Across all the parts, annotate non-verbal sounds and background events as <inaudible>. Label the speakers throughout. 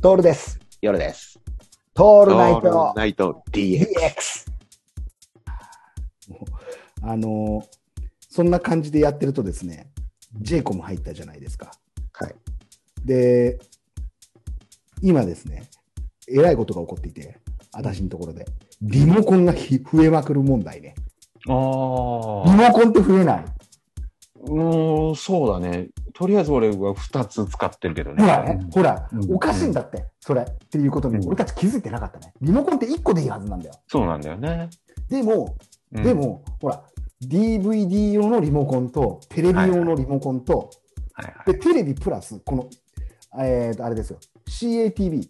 Speaker 1: トールです。
Speaker 2: 夜です。
Speaker 1: ト
Speaker 2: オ
Speaker 1: ールナイト
Speaker 2: ナイト DX。
Speaker 1: DX。あのーそんな感じでやってるとですね、JCOM 入ったじゃないですか。
Speaker 2: はい。
Speaker 1: で、今ですね、えらいことが起こっていて、私のところで。リモコンがひ増えまくる問題ね。リ。
Speaker 2: ああ
Speaker 1: モコンって増えない。
Speaker 2: うん、そうだね。とりあえず俺は2つ使ってるけどね。
Speaker 1: ほらね、ほら
Speaker 2: う、ん
Speaker 1: おかしいんだって、それ。っていうことに、
Speaker 2: うん
Speaker 1: 俺たち気づいてなかったね。リモコンって1個でいいはずなんだよ。
Speaker 2: そうなんだよね。
Speaker 1: でも、
Speaker 2: うん
Speaker 1: で、も、ほら、DVD 用のリモコンと、テレビ用のリモコンと、
Speaker 2: はいはい、
Speaker 1: でテレビプラス、この、えーと、あれですよ、CATV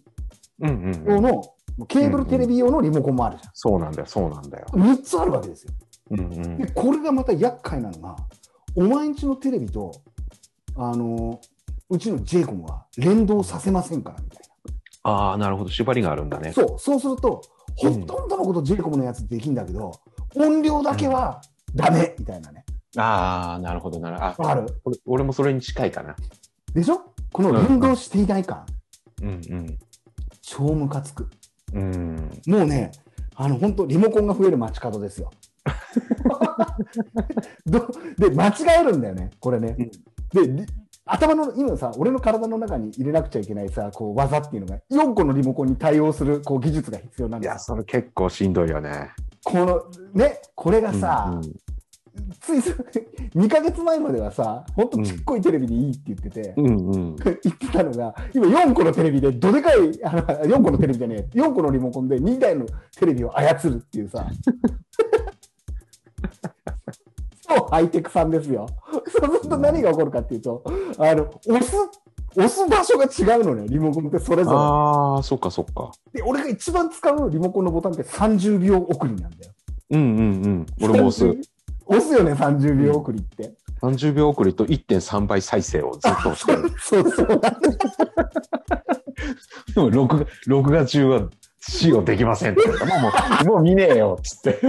Speaker 2: うんうん
Speaker 1: 用
Speaker 2: うん。
Speaker 1: の、ケーブルテレビ用のリモコンもあるじ
Speaker 2: そうなんだよ、そうなんだよ。
Speaker 1: ゃん。3つあるわけですよ。
Speaker 2: うんうん
Speaker 1: で、これがまた厄介なのが、お前んちのテレビと、あのうちの j イコムは連動させませんからみたい
Speaker 2: ああ、なるほど。縛りがあるんだ
Speaker 1: な。
Speaker 2: ね。
Speaker 1: そう、そうすると、ほ
Speaker 2: う
Speaker 1: と
Speaker 2: ん
Speaker 1: んどのこと j イコムのやつできんだけど、音量だけはダメみたいなね。
Speaker 2: ああ、なるほどなるほど。あ
Speaker 1: わかる
Speaker 2: 俺俺もそれに近いかな。
Speaker 1: でしょこの連動していない感、
Speaker 2: うん
Speaker 1: 超ムカつく。
Speaker 2: うん。うん。
Speaker 1: もうね、あの本当、リモコンが増える街角です
Speaker 2: <laughs>
Speaker 1: よ。どで、間違えるんだよね、これね。で、り頭の、今さ、俺の体の中に入れなくちゃいけないさ、こう技っていうのが、4個のリモコンに対応するこう技術が必要なん
Speaker 2: い
Speaker 1: で
Speaker 2: や、
Speaker 1: す
Speaker 2: それ結構しんどいよね。
Speaker 1: このね、これがさ、
Speaker 2: うんうん
Speaker 1: つ <laughs> い2ヶ月前まではさ、ほんとちっこいテレビでいいって言ってて。
Speaker 2: うんうん。
Speaker 1: 言ってたのが、今4個のテレビで、どでかい、あの4個のテレビじゃねえ、4個のリモコンで2台のテレビを操るっていうさ、 <laughs> そうハイテクさんですよ。そうすると何が起こるかっていうと、あの押す、押す場所が違うのね、リモコンってそれぞ
Speaker 2: ああ、そっかそっか。
Speaker 1: れ。で、俺が一番使うリモコンのボタンって30秒送りなんだよ。
Speaker 2: うんうんうん。俺も押す。
Speaker 1: 30押すよね、30秒送りって。
Speaker 2: <laughs> 30秒遅れと1.3倍再生をずっと押してる。
Speaker 1: そうそう。
Speaker 2: でも録画、録画中は使用できませんって言うからも <laughs> う、もう見ねえよ、つって。
Speaker 1: そ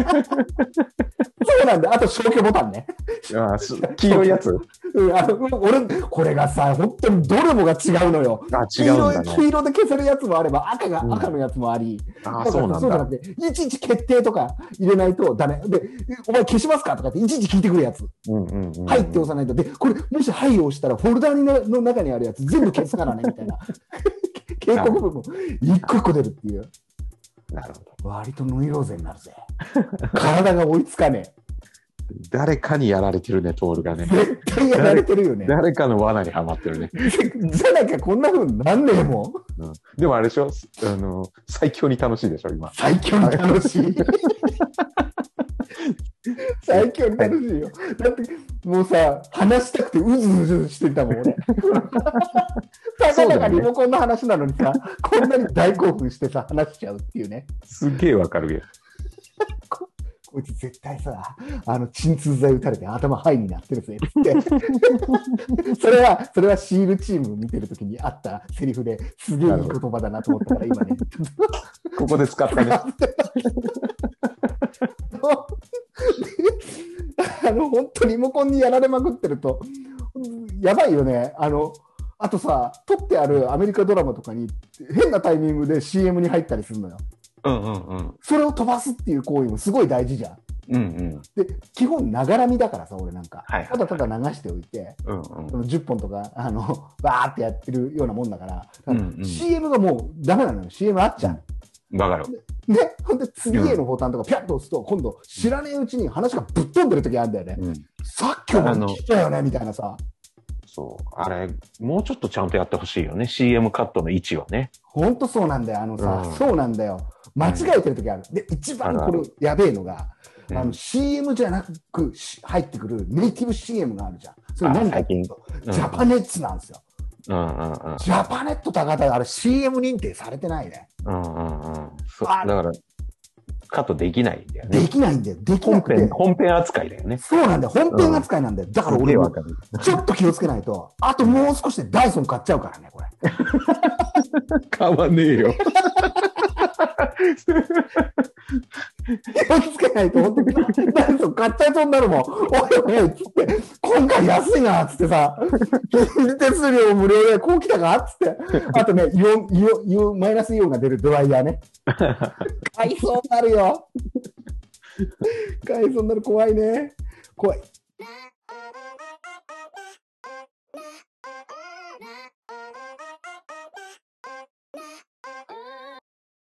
Speaker 1: うなんだ。あと消去ボタンね。
Speaker 2: あす黄色いやつ
Speaker 1: うん、あの俺、これがさ、本当にどれもが違うのよ。
Speaker 2: あ、
Speaker 1: 黄
Speaker 2: 違うん
Speaker 1: 色
Speaker 2: だ
Speaker 1: い黄
Speaker 2: ね。
Speaker 1: 色で消せるやつもあれば、赤が、
Speaker 2: うん
Speaker 1: 赤のやつもあり、
Speaker 2: あそうなん
Speaker 1: そうじゃな
Speaker 2: だ。
Speaker 1: くて、いちいち決定とか入れないとダメ。で、お前消しますかとかって、いちいち聞いてくるやつ、
Speaker 2: うんうんうん。
Speaker 1: はいって押さないと、で、これ、もしはいを押したら、フォルダのの中にあるやつ、全部消すからね、みたい
Speaker 2: <laughs>
Speaker 1: な。警告文も一個一個出るっていう、
Speaker 2: なるほど。
Speaker 1: 割とノイローゼになるぜ。体が追いつかね
Speaker 2: 誰かにやられてるね、トールがね
Speaker 1: え。。絶対やられてるよね。
Speaker 2: 誰かの罠にはまってるね。
Speaker 1: じゃなきゃこんな風になんねえもん。
Speaker 2: うん、でもあれでしょあの、最強に楽しいでしょ、今。
Speaker 1: 最強に楽し
Speaker 2: <laughs>
Speaker 1: い。最強に楽しいよ。だって、もうさ、話したくてうずうずしてたもん、俺。たか
Speaker 2: そう
Speaker 1: だ
Speaker 2: だよ
Speaker 1: か
Speaker 2: ね
Speaker 1: リモコンの話なのにさ、こんなに大興奮してさ、話しちゃうっていうね。
Speaker 2: すげえわかるよ。
Speaker 1: こいつ絶対さ、あの、鎮痛剤打たれて頭ハイになってるぜ、つって。 <laughs> それは、それはシールチーム見てるときにあったセリフで、すげえいい言葉だなと思ったから、今ね、
Speaker 2: ここで使ったね。
Speaker 1: あの本当リモコンにやられまくってるとうんやばいよねあのあとさ撮ってあるアメリカドラマとかに変なタイミングで CM に入ったりするのよ
Speaker 2: うんうんうん。
Speaker 1: それを飛ばすっていう行為もすごい大事じゃん
Speaker 2: うんうん。
Speaker 1: で基本ながらみだからさ俺なんか、
Speaker 2: はいはい
Speaker 1: ただただ流しておいて
Speaker 2: うん
Speaker 1: その10本とかあのバーってやってるようなもんだから
Speaker 2: うんうん
Speaker 1: CM がもうダメなのよ CM あっちゃう
Speaker 2: うん。わかる。
Speaker 1: ね、ほんで次へのボタンとかピャッと押すと、今度知らねえうちに話がぶっ飛んでる時あるんだよね。
Speaker 2: うん。
Speaker 1: さっきまで来たよねみたいなさ。
Speaker 2: そう。あれ、もうちょっとちゃんとやってほしいよね。CM カットの位置はね。
Speaker 1: ほんとそうなんだよ。あのさ、
Speaker 2: うん
Speaker 1: そうなんだよ。間違えてる時ある。で、一番これやべえのが、あ
Speaker 2: うん
Speaker 1: の CM じゃなくし入ってくるネイティブ CM があるじゃん。それ何かっていうと、
Speaker 2: うん
Speaker 1: ジャパネッツなんですよ。
Speaker 2: うんうんうん。
Speaker 1: ジャパネット高田、あれ CM 認定されてないね。
Speaker 2: うんうんうん。そう。
Speaker 1: あ
Speaker 2: だから、カットできないんだよ
Speaker 1: で
Speaker 2: ね。
Speaker 1: きないんだよ。できな
Speaker 2: 本
Speaker 1: く
Speaker 2: 編、
Speaker 1: て。
Speaker 2: 本編扱いだよね。
Speaker 1: そうなんだよ。本編扱いなんだよ。だから
Speaker 2: すげ
Speaker 1: 俺
Speaker 2: え
Speaker 1: も
Speaker 2: <laughs> わかる。
Speaker 1: ちょっと気をつけないと、あともう少しでダイソン買っちゃうからね、これ。
Speaker 2: 買わねえよ。
Speaker 1: 気をつけないと、本当に、ダイソン買っちゃいそうになるもん。おいおい、つって、今回安いな、つってさ、手数料無料で、こう来たかつって。あとね、イオン、イオン、イオン、マイナスイオンが出るドライヤーね。買いそうになるよ。買いそうになる、怖いね。怖い。